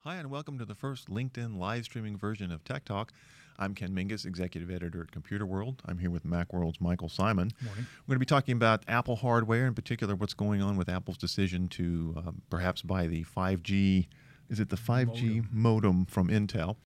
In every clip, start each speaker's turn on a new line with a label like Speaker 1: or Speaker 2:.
Speaker 1: Hi, and welcome to the first LinkedIn live streaming version of Tech Talk. I'm Ken Mingus, Executive Editor at Computer World. I'm here with Macworld's Michael Simon.
Speaker 2: Morning.
Speaker 1: We're going to be talking about Apple hardware, in particular, what's going on with Apple's decision to uh, perhaps buy the 5G, is it the 5G modem, from Intel?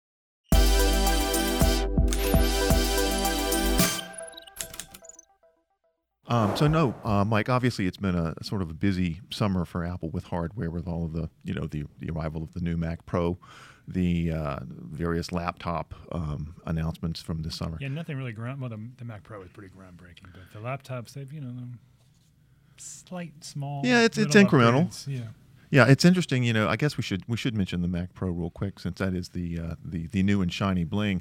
Speaker 1: Um, so no, uh, Mike. Obviously, it's been a sort of a busy summer for Apple with hardware, with all of the you know the, the arrival of the new Mac Pro, the uh, various laptop um, announcements from this summer.
Speaker 2: Yeah, nothing really ground. Well, the, the Mac Pro is pretty groundbreaking, but the laptops, they've you know, them slight small.
Speaker 1: Yeah, it's- it's
Speaker 2: little
Speaker 1: incremental.
Speaker 2: upgrades. Yeah,
Speaker 1: Yeah, it's interesting. You know, I guess we should we should mention the Mac Pro real quick since that is the uh, the the new and shiny bling,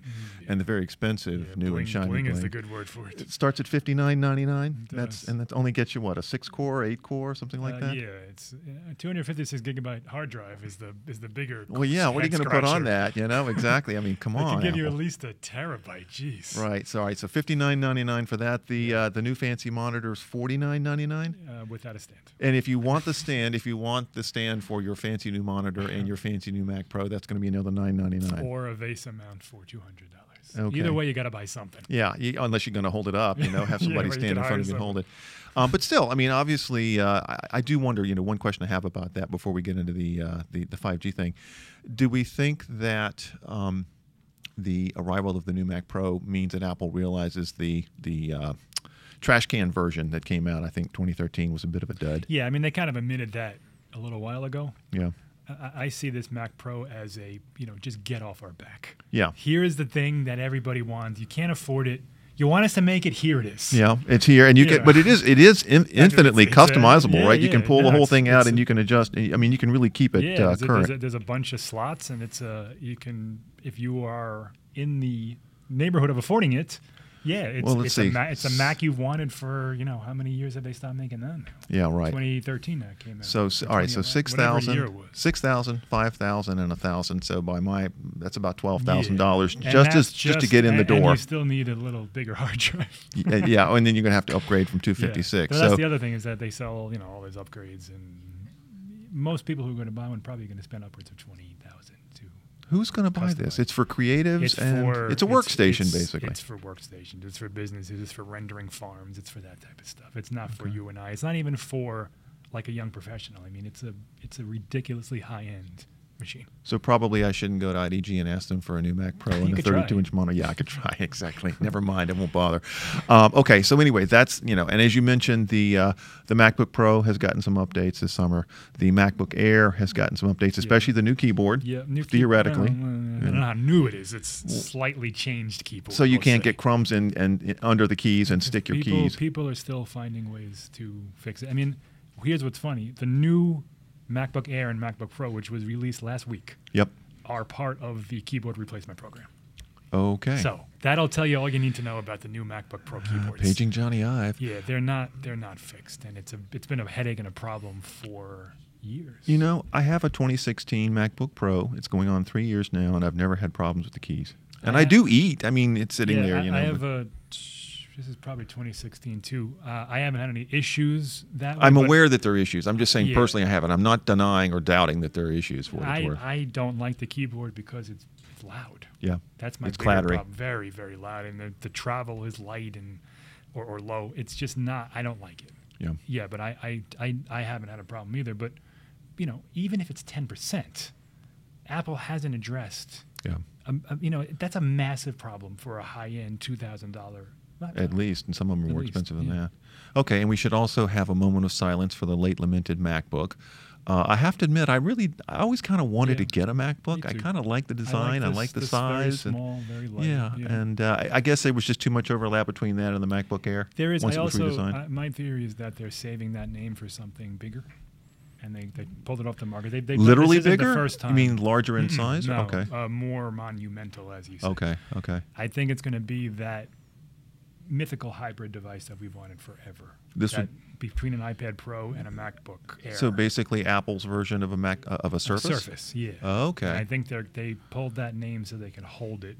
Speaker 1: and the very expensive
Speaker 2: Mm-hmm. yeah
Speaker 1: new
Speaker 2: bling,
Speaker 1: and shiny
Speaker 2: bling
Speaker 1: bling.
Speaker 2: is the good word for it.
Speaker 1: it starts at fifty nine ninety nine.
Speaker 2: It
Speaker 1: That's
Speaker 2: does.
Speaker 1: and that only gets you what a six core, eight core, something like
Speaker 2: Uh,
Speaker 1: that.
Speaker 2: Yeah, it's uh, 256 gigabyte hard drive is the is the bigger.
Speaker 1: Well, yeah. What are you going
Speaker 2: head
Speaker 1: to put on
Speaker 2: scratcher.
Speaker 1: that? You know, exactly. I mean, come
Speaker 2: They
Speaker 1: on.
Speaker 2: can give you at
Speaker 1: Apple.
Speaker 2: least a terabyte. Jeez.
Speaker 1: Right. So, all right. So fifty nine ninety nine for that. The uh, the new fancy monitor is forty nine ninety nine.
Speaker 2: Uh, without a stand.
Speaker 1: And if you want the stand, if you want the stand for your fancy new monitor and your fancy new Mac Pro, that's going to be another nine ninety nine.
Speaker 2: Or a Vesa mount for two hundred dollars.
Speaker 1: Okay.
Speaker 2: Either way, you got to buy something.
Speaker 1: Yeah, you, unless you're going to hold it up, you know, have
Speaker 2: Yeah,
Speaker 1: somebody
Speaker 2: right,
Speaker 1: stand
Speaker 2: you can
Speaker 1: in front
Speaker 2: hire
Speaker 1: of you and hold it. Um, but still, I mean, obviously, uh, I, I do wonder. You know, one question I have about that before we get into the uh, the the five G thing, do we think that um, the arrival of the new Mac Pro means that Apple realizes the the uh, trash can version that came out? I think 2013 was a bit of a dud.
Speaker 2: Yeah, I mean they kind of admitted that a little while ago.
Speaker 1: Yeah,
Speaker 2: I- I, I see this Mac Pro as a you know just get off our back.
Speaker 1: yeah,
Speaker 2: Here is the thing that everybody wants. You can't afford it. You want us to make it. Here it is.
Speaker 1: yeah. It's here, and you
Speaker 2: Yeah.
Speaker 1: can, but it is it is in, infinitely
Speaker 2: it's, uh,
Speaker 1: customizable,
Speaker 2: yeah,
Speaker 1: right? You
Speaker 2: yeah,
Speaker 1: can pull
Speaker 2: no,
Speaker 1: the whole
Speaker 2: it's-
Speaker 1: thing out,
Speaker 2: it's-
Speaker 1: and you can adjust. I mean, you can really keep it
Speaker 2: Yeah.
Speaker 1: uh,
Speaker 2: there's, a,
Speaker 1: current.
Speaker 2: there's, a, there's a bunch of slots, and it's a you can if you are in the neighborhood of affording it. Yeah, it's,
Speaker 1: Well, let's
Speaker 2: it's
Speaker 1: see.
Speaker 2: a Ma- it's a Mac you've wanted for you know how many years have they stopped making them?
Speaker 1: yeah, right.
Speaker 2: 2013 that came out.
Speaker 1: So s- all right, so
Speaker 2: 2011, whatever year
Speaker 1: 6,000,
Speaker 2: it
Speaker 1: 6,000,
Speaker 2: was.
Speaker 1: 5,000 and 1,000. So by my that's about $12,000
Speaker 2: Yeah. And
Speaker 1: just
Speaker 2: that's
Speaker 1: as just to get in the
Speaker 2: and- and
Speaker 1: door.
Speaker 2: you still need a little bigger hard drive.
Speaker 1: Y- uh, yeah, and then you're going to have to upgrade from
Speaker 2: Yeah.
Speaker 1: 256.
Speaker 2: So that's
Speaker 1: So
Speaker 2: the other thing is that they sell, you know, all these upgrades, and most people who are going to buy one probably going to spend upwards of twenty thousand to.
Speaker 1: who's going to buy
Speaker 2: Customized.
Speaker 1: this? It's for creatives and it's a workstation
Speaker 2: it's-
Speaker 1: basically.
Speaker 2: It's for workstations. It's for businesses. It's for rendering farms. It's for that type of stuff. It's not for you and I. It's not even for like a young professional. I mean, it's a it's a ridiculously high end machine.
Speaker 1: so probably I shouldn't go to IDG and ask them for a new Mac Pro and a
Speaker 2: could try.
Speaker 1: 32-inch monitor. Yeah, I could try exactly. Never mind, I won't bother. Um, okay, so anyway, that's you know, and as you mentioned, the uh, the MacBook Pro has gotten some updates this summer. The MacBook Air has gotten some updates, especially the new keyboard.
Speaker 2: Yeah, new key-
Speaker 1: theoretically.
Speaker 2: I don't, know- I don't know how new it is. It's slightly changed keyboard.
Speaker 1: So you
Speaker 2: let's
Speaker 1: can't
Speaker 2: say.
Speaker 1: get crumbs in and in- under the keys and stick your
Speaker 2: people,
Speaker 1: keys.
Speaker 2: People are still finding ways to fix it. I mean, here's what's funny: the new MacBook Air and MacBook Pro, which was released last week,
Speaker 1: Yep.
Speaker 2: are part of the keyboard replacement program.
Speaker 1: Okay. Ah, Uh,
Speaker 2: So that'll tell you all you need to know about the new MacBook Pro keyboards.
Speaker 1: paging Johnny Ive.
Speaker 2: Yeah, they're not they're not fixed, and it's a it's been a headache and a problem for years.
Speaker 1: You know, I have a 2016 MacBook Pro. It's going on three years now, and I've never had problems with the keys. And I,
Speaker 2: I ha-
Speaker 1: do eat. I mean, it's sitting
Speaker 2: yeah,
Speaker 1: there.
Speaker 2: I,
Speaker 1: You know.
Speaker 2: I have
Speaker 1: but-
Speaker 2: a. This is probably 2016 too. Uh, I haven't had any issues that.
Speaker 1: I'm
Speaker 2: way, but-
Speaker 1: aware that there are issues. I'm just saying
Speaker 2: Yeah.
Speaker 1: personally, I haven't. I'm not denying or doubting that there are issues for
Speaker 2: I,
Speaker 1: it.
Speaker 2: I don't like the keyboard because it's, it's loud.
Speaker 1: Yeah.
Speaker 2: That's my
Speaker 1: It's
Speaker 2: bigger
Speaker 1: clattery.
Speaker 2: problem. Very, very loud, and the, the travel is light and or, or low. It's just not. I don't like it.
Speaker 1: Yeah.
Speaker 2: Yeah, but I I, I I haven't had a problem either. But you know, even if it's ten percent, Apple hasn't addressed.
Speaker 1: Yeah.
Speaker 2: Um, um, you know, that's a massive problem for a high-end two thousand dollar.
Speaker 1: At least, and some of them are
Speaker 2: At
Speaker 1: more
Speaker 2: least,
Speaker 1: expensive than
Speaker 2: yeah.
Speaker 1: that. Okay, and we should also have a moment of silence for the late lamented MacBook. Uh, I have to admit, I really, I always kind of wanted to
Speaker 2: Yeah.
Speaker 1: get a
Speaker 2: Me
Speaker 1: MacBook. I
Speaker 2: too.
Speaker 1: kind of like the design, I like,
Speaker 2: this-
Speaker 1: the
Speaker 2: this very
Speaker 1: size. and-
Speaker 2: small, very light.
Speaker 1: yeah, and uh, I- I guess there was just too much overlap between that and the MacBook Air.
Speaker 2: There is.
Speaker 1: Once
Speaker 2: I
Speaker 1: it was
Speaker 2: also
Speaker 1: redesigned.
Speaker 2: uh, my theory is that they're saving that name for something bigger, and they, they pulled it off the market. They, they
Speaker 1: Literally
Speaker 2: this isn't
Speaker 1: bigger.
Speaker 2: The first time.
Speaker 1: You mean larger in size?
Speaker 2: No,
Speaker 1: okay.
Speaker 2: Uh, more monumental, as you said.
Speaker 1: okay. Okay.
Speaker 2: I think it's going to be that mythical hybrid device that we've wanted forever.
Speaker 1: This
Speaker 2: that between an iPad Pro and a MacBook Air.
Speaker 1: So basically, Apple's version of a Mac uh, of a Surface.
Speaker 2: Surface, yeah.
Speaker 1: Okay.
Speaker 2: And I think they they pulled that name so they could hold it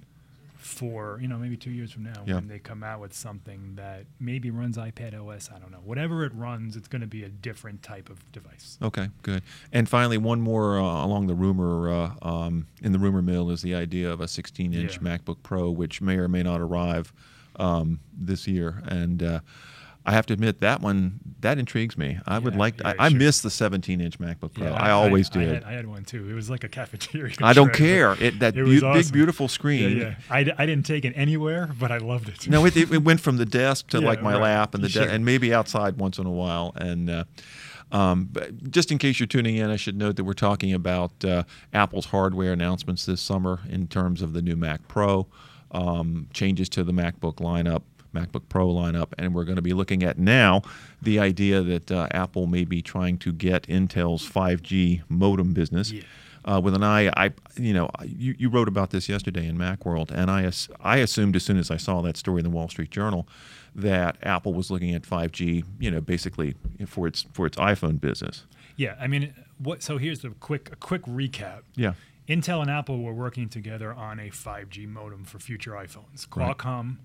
Speaker 2: for you know maybe two years from now
Speaker 1: Yeah.
Speaker 2: when they come out with something that maybe runs iPad OS. I don't know. Whatever it runs, it's going to be a different type of device.
Speaker 1: Okay, good. And finally, one more uh, along the rumor uh, um, in the rumor mill is the idea of a 16-inch
Speaker 2: Yeah.
Speaker 1: MacBook Pro, which may or may not arrive um, this year. And uh, I have to admit that one that intrigues me. I would
Speaker 2: Yeah,
Speaker 1: like.
Speaker 2: yeah,
Speaker 1: I, I
Speaker 2: sure.
Speaker 1: miss the 17-inch MacBook Pro.
Speaker 2: Yeah,
Speaker 1: I, always
Speaker 2: I
Speaker 1: did. I,
Speaker 2: had, I had one too. It was like a cafeteria.
Speaker 1: don't
Speaker 2: tray,
Speaker 1: care.
Speaker 2: but
Speaker 1: It that
Speaker 2: it
Speaker 1: beau-
Speaker 2: was
Speaker 1: big
Speaker 2: awesome.
Speaker 1: beautiful
Speaker 2: Yeah,
Speaker 1: screen.
Speaker 2: yeah. I, d- I didn't take it anywhere, but I loved it.
Speaker 1: No, it, it, it went from the desk to
Speaker 2: Yeah,
Speaker 1: like my
Speaker 2: right.
Speaker 1: lap and the de-
Speaker 2: Sure.
Speaker 1: and maybe outside once in a while. And uh, um, but just in case you're tuning in, I should note that we're talking about uh, Apple's hardware announcements this summer in terms of the new Mac Pro, um, changes to the MacBook lineup. MacBook Pro lineup, and we're going to be looking at now the idea that uh, Apple may be trying to get Intel's 5G modem business
Speaker 2: Yeah.
Speaker 1: uh, with an eye. I, you know, you, you wrote about this yesterday in MacWorld, and I, as- I assumed as soon as I saw that story in the Wall Street Journal that Apple was looking at 5G, you know, basically for its for its iPhone business.
Speaker 2: Yeah, I mean, what? So here's the quick a quick recap.
Speaker 1: Yeah.
Speaker 2: Intel and Apple were working together on a 5G modem for future iPhones.
Speaker 1: Right.
Speaker 2: Qualcomm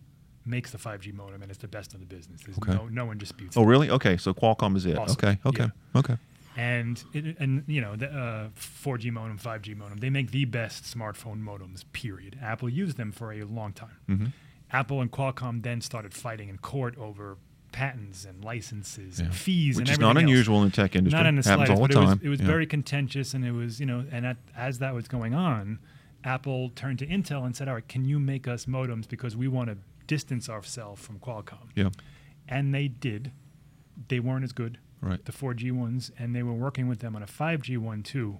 Speaker 2: makes the 5G modem, and it's the best in the business. There's
Speaker 1: Okay.
Speaker 2: no no one disputes
Speaker 1: Oh,
Speaker 2: it.
Speaker 1: really? Okay. So Qualcomm is it?
Speaker 2: Awesome.
Speaker 1: Okay. Okay. Okay.
Speaker 2: And it, and you know the uh, 4G modem, 5G modem, they make the best smartphone modems. Period. Apple used them for a long time.
Speaker 1: Mm-hmm.
Speaker 2: Apple and Qualcomm then started fighting in court over patents and licenses
Speaker 1: Yeah.
Speaker 2: and fees,
Speaker 1: Which
Speaker 2: and
Speaker 1: is
Speaker 2: everything
Speaker 1: not
Speaker 2: else.
Speaker 1: unusual in the tech industry.
Speaker 2: Not in the
Speaker 1: Happens
Speaker 2: slightest.
Speaker 1: all the
Speaker 2: but
Speaker 1: time.
Speaker 2: It was, it was
Speaker 1: Yeah.
Speaker 2: very contentious, and it was you know, and at, as that was going on, Apple turned to Intel and said, "All right, can you make us modems because we want to distance ourselves from Qualcomm?"
Speaker 1: Yeah.
Speaker 2: And they did. They weren't as good,
Speaker 1: Right.
Speaker 2: the 4G ones, and they were working with them on a 5G one too.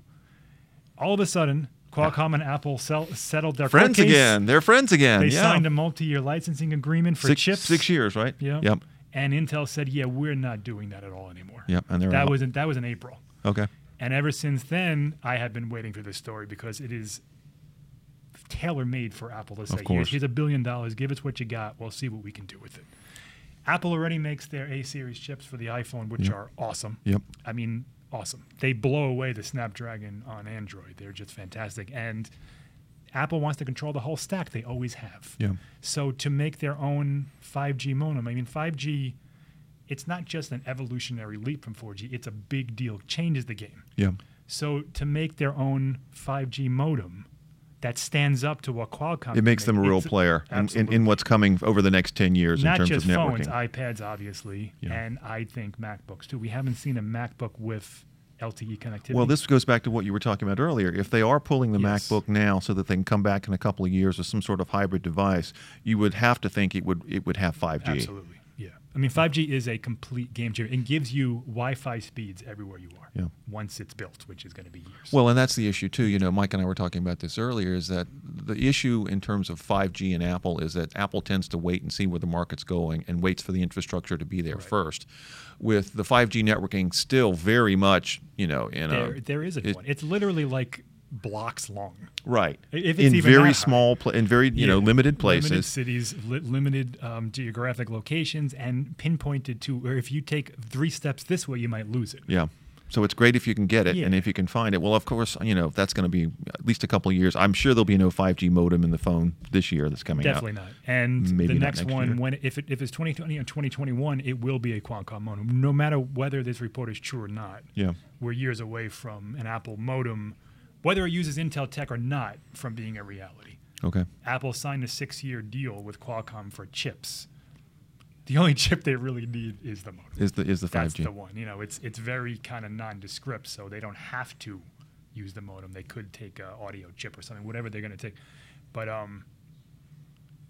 Speaker 2: All of a sudden, Qualcomm and Apple sell, settled their court
Speaker 1: Friends
Speaker 2: case.
Speaker 1: again. They're friends again.
Speaker 2: They
Speaker 1: yeah.
Speaker 2: signed a multi-year licensing agreement for
Speaker 1: six,
Speaker 2: chips.
Speaker 1: six years, right?
Speaker 2: Yeah.
Speaker 1: Yep.
Speaker 2: And Intel said, "Yeah, we're not doing that at all anymore."
Speaker 1: Yep. And they're
Speaker 2: That
Speaker 1: out.
Speaker 2: was in, that was in April.
Speaker 1: okay.
Speaker 2: And ever since then, I have been waiting for this story because it is tailor made for Apple to say,
Speaker 1: course.
Speaker 2: here's, here's a billion dollars, give us what you got, we'll see what we can do with it. Apple already makes their A series chips for the iPhone, which are awesome.
Speaker 1: Yep.
Speaker 2: I mean, awesome. They blow away the Snapdragon on Android. They're just fantastic. And Apple wants to control the whole stack. They always have.
Speaker 1: Yeah.
Speaker 2: So to make their own 5G modem, I mean, 5G, it's not just an evolutionary leap from 4G. It's a big deal. Changes the game.
Speaker 1: Yeah.
Speaker 2: So to make their own 5G modem that stands up to what Qualcomm
Speaker 1: It makes
Speaker 2: made,
Speaker 1: them a real
Speaker 2: it's-
Speaker 1: player in, in,
Speaker 2: absolutely.
Speaker 1: in what's coming over the next 10 years
Speaker 2: Not
Speaker 1: in terms
Speaker 2: just
Speaker 1: of networking.
Speaker 2: phones, iPads, obviously,
Speaker 1: Yeah.
Speaker 2: and I think MacBooks too. We haven't seen a MacBook with LTE connectivity.
Speaker 1: Well, this goes back to what you were talking about earlier. If they are pulling the
Speaker 2: Yes.
Speaker 1: MacBook now so that they can come back in a couple of years with some sort of hybrid device, you would have to think it would it would have 5G.
Speaker 2: absolutely, yeah. I mean, 5G is a complete game changer. It gives you Wi-Fi speeds everywhere you are.
Speaker 1: Yeah.
Speaker 2: Once it's built, which is going to be years.
Speaker 1: Well, and that's the issue too. You know, Mike and I were talking about this earlier. Is that the issue in terms of 5G and Apple is that Apple tends to wait and see where the market's going and waits for the infrastructure to be there first. With the 5G networking still very much, you know, in
Speaker 2: there,
Speaker 1: a
Speaker 2: there isn't
Speaker 1: uh, it-
Speaker 2: one. It's literally like blocks long.
Speaker 1: right
Speaker 2: If it's
Speaker 1: in
Speaker 2: even that
Speaker 1: very
Speaker 2: high.
Speaker 1: small pla- in very you know
Speaker 2: Yeah.
Speaker 1: limited
Speaker 2: limited
Speaker 1: places.
Speaker 2: cities, li- limited um, geographic locations, and pinpointed to where if you take three steps this way, you might lose it.
Speaker 1: Yeah. So it's great if you can get it and
Speaker 2: Yeah.
Speaker 1: if you can find it. Well, of course, you know, that's going to be at least a couple of years. I'm sure there'll be no 5G modem in the phone this year that's coming
Speaker 2: Definitely
Speaker 1: out.
Speaker 2: not. And
Speaker 1: Maybe
Speaker 2: the
Speaker 1: not
Speaker 2: next,
Speaker 1: next
Speaker 2: one,
Speaker 1: year.
Speaker 2: when if it, if it's 2020 or 2021, it will be a Qualcomm modem, no matter whether this report is true or not.
Speaker 1: Yeah.
Speaker 2: We're years away from an Apple modem, whether it uses Intel tech or not, from being a reality.
Speaker 1: Okay.
Speaker 2: Apple signed a six-year deal with Qualcomm for chips. The only chip they really need is the modem.
Speaker 1: Is the is the 5G?
Speaker 2: that's the one. You know, it's it's very kind of nondescript, so they don't have to use the modem. They could take a audio chip or something, whatever they're going to take. But um,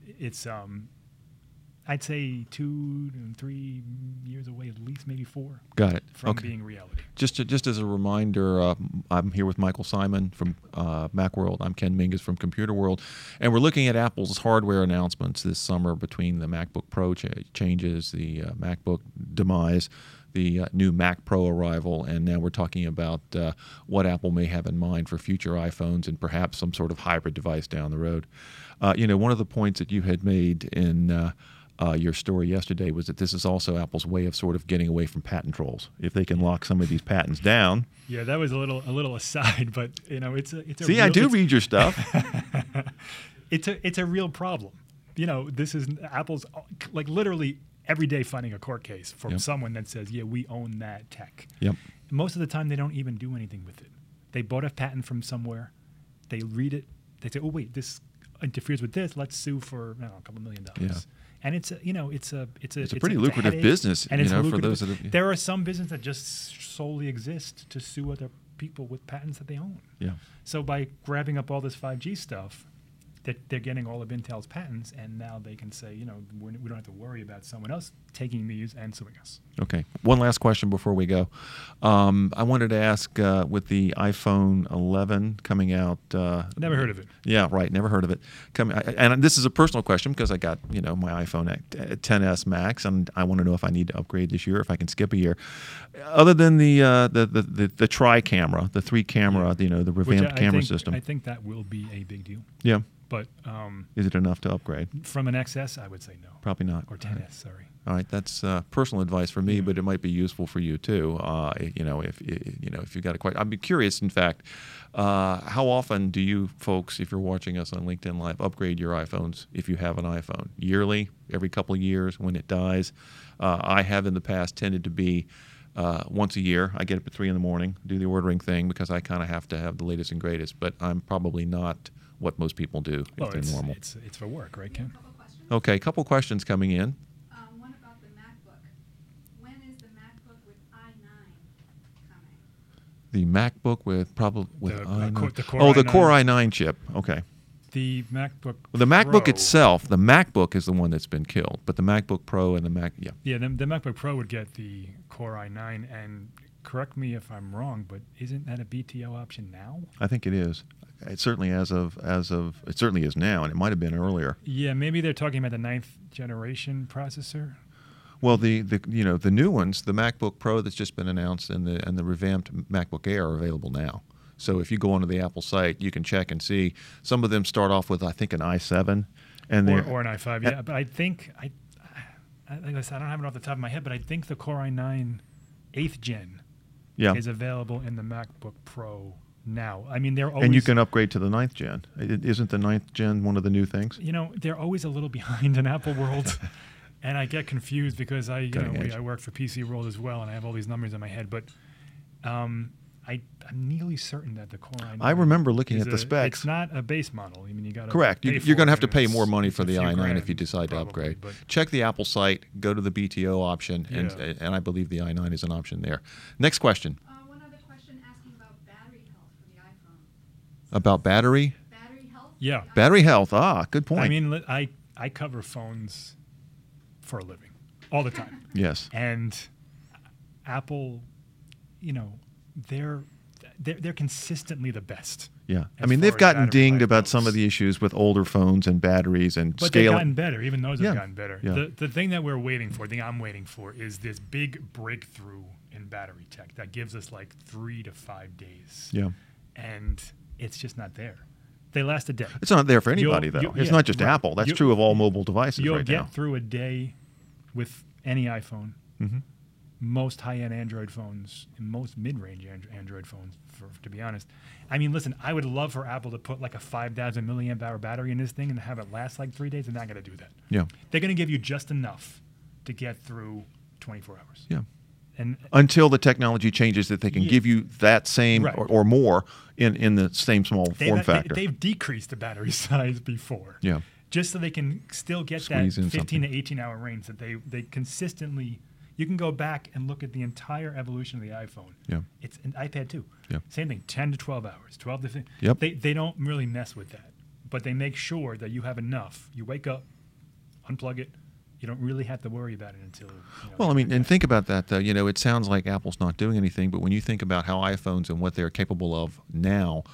Speaker 2: it's um, I'd say two, three years away, at least maybe four
Speaker 1: Got it.
Speaker 2: from
Speaker 1: okay.
Speaker 2: being reality.
Speaker 1: Just to, just as a reminder, uh, I'm here with Michael Simon from uh, MacWorld. I'm Ken Mingus from Computer World, and we're looking at Apple's hardware announcements this summer between the MacBook Pro cha- changes, the uh, MacBook demise, the uh, new Mac Pro arrival, and now we're talking about uh, what Apple may have in mind for future iPhones and perhaps some sort of hybrid device down the road. Uh, you know, one of the points that you had made in uh, uh, your story yesterday was that this is also Apple's way of sort of getting away from patent trolls. If they can lock some of these patents down,
Speaker 2: Yeah, that was a little a little aside, but you know, it's a it's a
Speaker 1: see, I
Speaker 2: real-
Speaker 1: do
Speaker 2: it's-
Speaker 1: read your stuff.
Speaker 2: it's a it's a real problem. You know, this is Apple's like literally every day finding a court case from
Speaker 1: Yep.
Speaker 2: someone that says, "Yeah, we own that tech."
Speaker 1: Yep.
Speaker 2: Most of the time, they don't even do anything with it. They bought a patent from somewhere, they read it, they say, "Oh wait, this interferes with this. Let's sue for I don't know, a couple million dollars." And it's a, you know it's a it's a
Speaker 3: It's a pretty lucrative
Speaker 2: headache,
Speaker 3: business,
Speaker 2: and
Speaker 3: you
Speaker 2: it's a
Speaker 3: know, for
Speaker 2: lucrative
Speaker 3: those that
Speaker 2: bus-
Speaker 3: have-
Speaker 2: there are some businesses that just solely exist to sue other people with patents that they own.
Speaker 1: Yeah.
Speaker 2: So by grabbing up all this 5G stuff, that they're getting all of Intel's patents, and now they can say, you know, we're, we don't have to worry about someone else taking these and suing us.
Speaker 1: Okay. One last question before we go. Um, I wanted to ask uh, with the iPhone 11 coming out. Uh,
Speaker 2: Never heard of it.
Speaker 1: Yeah, right. Never heard of it. Come, I- and this is a personal question because I got you know my iPhone X- 10s Max, and I want to know if I need to upgrade this year, if I can skip a year. Other than the uh, the, the the the tri camera, the three camera, you know, the revamped
Speaker 2: I
Speaker 1: camera
Speaker 2: think,
Speaker 1: system.
Speaker 2: I think that will be a big deal.
Speaker 1: yeah,
Speaker 2: But um,
Speaker 1: is it enough to upgrade?
Speaker 2: from an XS, I would say no.
Speaker 1: Probably not.
Speaker 2: Or 10S, sorry.
Speaker 1: All right, that's uh, personal advice for me, but it might be useful for you too. Uh, you know, if you know if you've got a question, I'd be curious. In fact, uh, how often do you folks, if you're watching us on LinkedIn Live, upgrade your iPhones if you have an iPhone? Yearly, every couple of years, when it dies. Uh, I have in the past tended to be uh, once a year. I get up at three in the morning, do the ordering thing because I kind of have to have the latest and greatest. But I'm probably not what most people do
Speaker 2: Well,
Speaker 1: if they're
Speaker 2: it's,
Speaker 1: normal.
Speaker 2: It's, it's for work, right, Ken?
Speaker 4: Couple questions.
Speaker 1: Okay, a couple questions coming in.
Speaker 4: Um, one about the MacBook. When is the MacBook with i9 coming?
Speaker 1: the MacBook with probably with
Speaker 2: The- the
Speaker 1: i9.
Speaker 2: Core- the Core
Speaker 1: oh the
Speaker 2: i9.
Speaker 1: Core i9 chip. Okay,
Speaker 2: The MacBook.
Speaker 1: well, the MacBook
Speaker 2: Pro-
Speaker 1: itself, the MacBook is the one that's been killed, but the MacBook Pro and the Mac, yeah,
Speaker 2: Yeah, the, the MacBook Pro would get the Core i9, and correct me if I'm wrong, but isn't that a BTO option now?
Speaker 1: I think it is. It certainly as of as of it certainly is now, and it might have been earlier.
Speaker 2: Yeah, maybe they're talking about the ninth generation processor.
Speaker 1: Well, the, the you know the new ones, the MacBook Pro that's just been announced and the and the revamped MacBook Air are available now. So if you go onto the Apple site, you can check and see. Some of them start off with I think an i7, and
Speaker 2: Or,
Speaker 1: they're-
Speaker 2: or an i5, yeah. But I think, I, I, like I said, I don't have it off the top of my head, but I think the Core i9 eighth gen
Speaker 1: yeah,
Speaker 2: is available in the MacBook Pro now. I mean, they're always.
Speaker 1: and you can upgrade to the ninth gen. I- Isn't the ninth gen one of the new things?
Speaker 2: you know, they're always a little behind in Apple World. and I get confused because I, you
Speaker 1: Cutting
Speaker 2: know, we,
Speaker 1: edge.
Speaker 2: I work for PC World as well, and I have all these numbers in my head. But um, I, I'm nearly certain that the Core i9.
Speaker 1: I remember looking
Speaker 2: is
Speaker 1: at the
Speaker 2: a-
Speaker 1: specs.
Speaker 2: It's not a base model. I mean, you got
Speaker 1: Correct. You, you're going to have to pay more money for the i9
Speaker 2: i
Speaker 1: if you decide to upgrade.
Speaker 2: But
Speaker 1: Check the Apple site, go to the BTO option, and,
Speaker 2: Yeah.
Speaker 1: and I believe the i9 is an option there. Next question
Speaker 4: Uh, one other question asking about battery health for the iPhone.
Speaker 1: about battery.
Speaker 4: Battery health? for
Speaker 2: Yeah.
Speaker 4: the
Speaker 1: Battery health. Ah, good point.
Speaker 2: I mean, li- I I cover phones for a living all the time,
Speaker 1: yes.
Speaker 2: and Apple, you know, they're they're, they're consistently the best.
Speaker 1: Yeah. I
Speaker 2: as
Speaker 1: mean,
Speaker 2: far
Speaker 1: they've
Speaker 2: as
Speaker 1: gotten
Speaker 2: battery
Speaker 1: dinged
Speaker 2: life
Speaker 1: about some
Speaker 2: goes.
Speaker 1: of the issues with older phones and batteries and
Speaker 2: But they've
Speaker 1: scaling.
Speaker 2: gotten better. Even those
Speaker 1: Yeah.
Speaker 2: have gotten better.
Speaker 1: Yeah.
Speaker 2: The, the thing that we're waiting for, the thing I'm waiting for, is this big breakthrough in battery tech that gives us like three to five days.
Speaker 1: Yeah.
Speaker 2: And it's just not there. They last a day.
Speaker 1: It's not there for
Speaker 2: You'll-
Speaker 1: anybody, though.
Speaker 2: you-
Speaker 1: it's
Speaker 2: yeah,
Speaker 1: not just
Speaker 2: right.
Speaker 1: Apple. That's
Speaker 2: You-
Speaker 1: true of all mobile devices
Speaker 2: You'll
Speaker 1: right
Speaker 2: get
Speaker 1: now.
Speaker 2: through a day with any iPhone.
Speaker 1: Mhm.
Speaker 2: Most high-end Android phones, and most mid-range and- Android phones, for, to be honest. I mean, listen, I would love for Apple to put like a 5,000 milliamp hour battery in this thing and have it last like three days. They're not going to do that.
Speaker 1: Yeah.
Speaker 2: They're going to give you just enough to get through 24 hours.
Speaker 1: Yeah.
Speaker 2: And
Speaker 1: Until the technology changes that they can
Speaker 2: Yeah.
Speaker 1: give you that same
Speaker 2: Right.
Speaker 1: or, or more in, in the same small
Speaker 2: they've,
Speaker 1: form
Speaker 2: they-
Speaker 1: factor.
Speaker 2: they've decreased the battery size before.
Speaker 1: yeah.
Speaker 2: just so they can still get
Speaker 1: Squeeze in
Speaker 2: that 15
Speaker 1: something.
Speaker 2: to 18 hour range that they they consistently you can go back and look at the entire evolution of the iphone
Speaker 1: Yeah.
Speaker 2: it's an ipad too
Speaker 1: Yeah.
Speaker 2: same thing 10 to 12 hours 12 to 15
Speaker 1: Yep.
Speaker 2: they, they don't really mess with that but they make sure that you have enough you wake up unplug it you don't really have to worry about it until you know,
Speaker 1: Well, I mean, and think about that though. You know, it sounds like Apple's not doing anything, but when you think about how iPhones and what they're capable of now,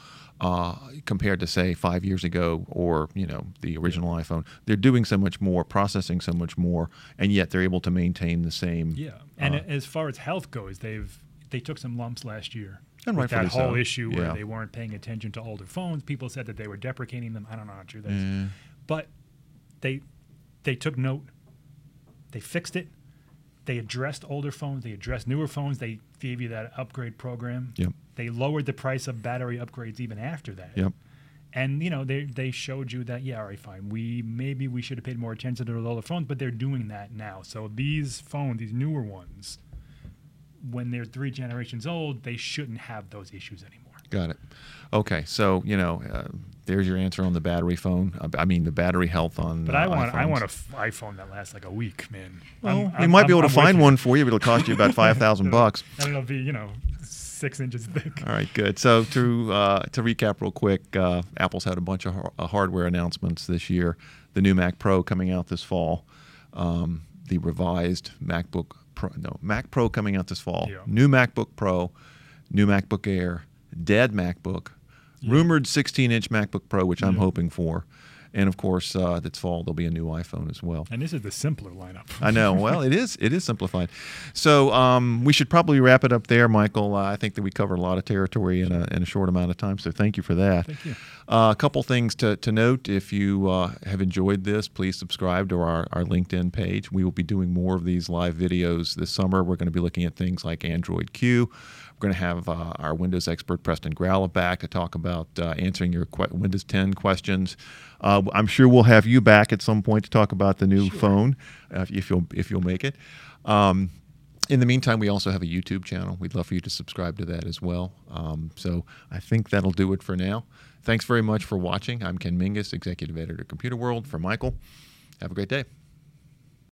Speaker 1: uh, compared to say five years ago or you know the original iPhone, they're doing so much more, processing so much more, and yet they're able to maintain the same.
Speaker 2: Yeah, and
Speaker 1: uh,
Speaker 2: as far as health goes, they've they took some lumps last year.
Speaker 1: And
Speaker 2: with that
Speaker 1: rightfully so.
Speaker 2: whole issue where
Speaker 1: Yeah.
Speaker 2: they weren't paying attention to older phones, people said that they were deprecating them. I don't know how true that is,
Speaker 1: Mm-hmm.
Speaker 2: but they they took note. They fixed it. They addressed older phones. They addressed newer phones. They gave you that upgrade program.
Speaker 1: Yep.
Speaker 2: They lowered the price of battery upgrades even after that.
Speaker 1: Yep.
Speaker 2: And you know they they showed you that yeah all right fine we maybe we should have paid more attention to the older phones but they're doing that now so these phones these newer ones when they're three generations old they shouldn't have those issues anymore
Speaker 1: Got it. Okay, so you know, uh, there's your answer on the battery phone. Uh, I mean, the battery health on.
Speaker 2: but I
Speaker 1: uh,
Speaker 2: want I
Speaker 1: iPhones.
Speaker 2: want an iPhone that lasts like a week man
Speaker 1: Well,
Speaker 2: I'm-
Speaker 1: we
Speaker 2: I'm-
Speaker 1: might be able
Speaker 2: I'm- I'm
Speaker 1: to
Speaker 2: with
Speaker 1: find
Speaker 2: you.
Speaker 1: one for you, but it'll cost you about five thousand bucks.
Speaker 2: I don't know, be you know six inches thick.
Speaker 1: All right, good. So to uh, to recap real quick, uh, Apple's had a bunch of har- uh, hardware announcements this year. The new Mac Pro coming out this fall. Um, the revised MacBook Pro, no Mac Pro coming out this fall.
Speaker 2: Yeah.
Speaker 1: New MacBook Pro, new MacBook Air, dead MacBook, rumored 16-inch MacBook Pro, which I'm hoping for, and of course uh, this fall there'll be a new iPhone as well.
Speaker 2: And this is the simpler lineup.
Speaker 1: I know. Well, it is. It is simplified. So um, we should probably wrap it up there, Michael. Uh, I think that we covered a lot of territory in a, in a short amount of time. So thank you for that.
Speaker 2: Thank you.
Speaker 1: Uh, a couple things to, to note. If you uh, have enjoyed this, please subscribe to our, our LinkedIn page. We will be doing more of these live videos this summer. We're going to be looking at things like Android Q. We're going to have uh, our Windows expert, Preston Growler, back to talk about uh, answering your que- Windows 10 questions. Uh, I'm sure we'll have you back at some point to talk about the new phone uh, if- if, you'll, if you'll make it. Um, in the meantime, we also have a YouTube channel. We'd love for you to subscribe to that as well. Um, so I think that'll do it for now. Thanks very much for watching. I'm Ken Mingus, Executive Editor, Computer World. For Michael, have a great day.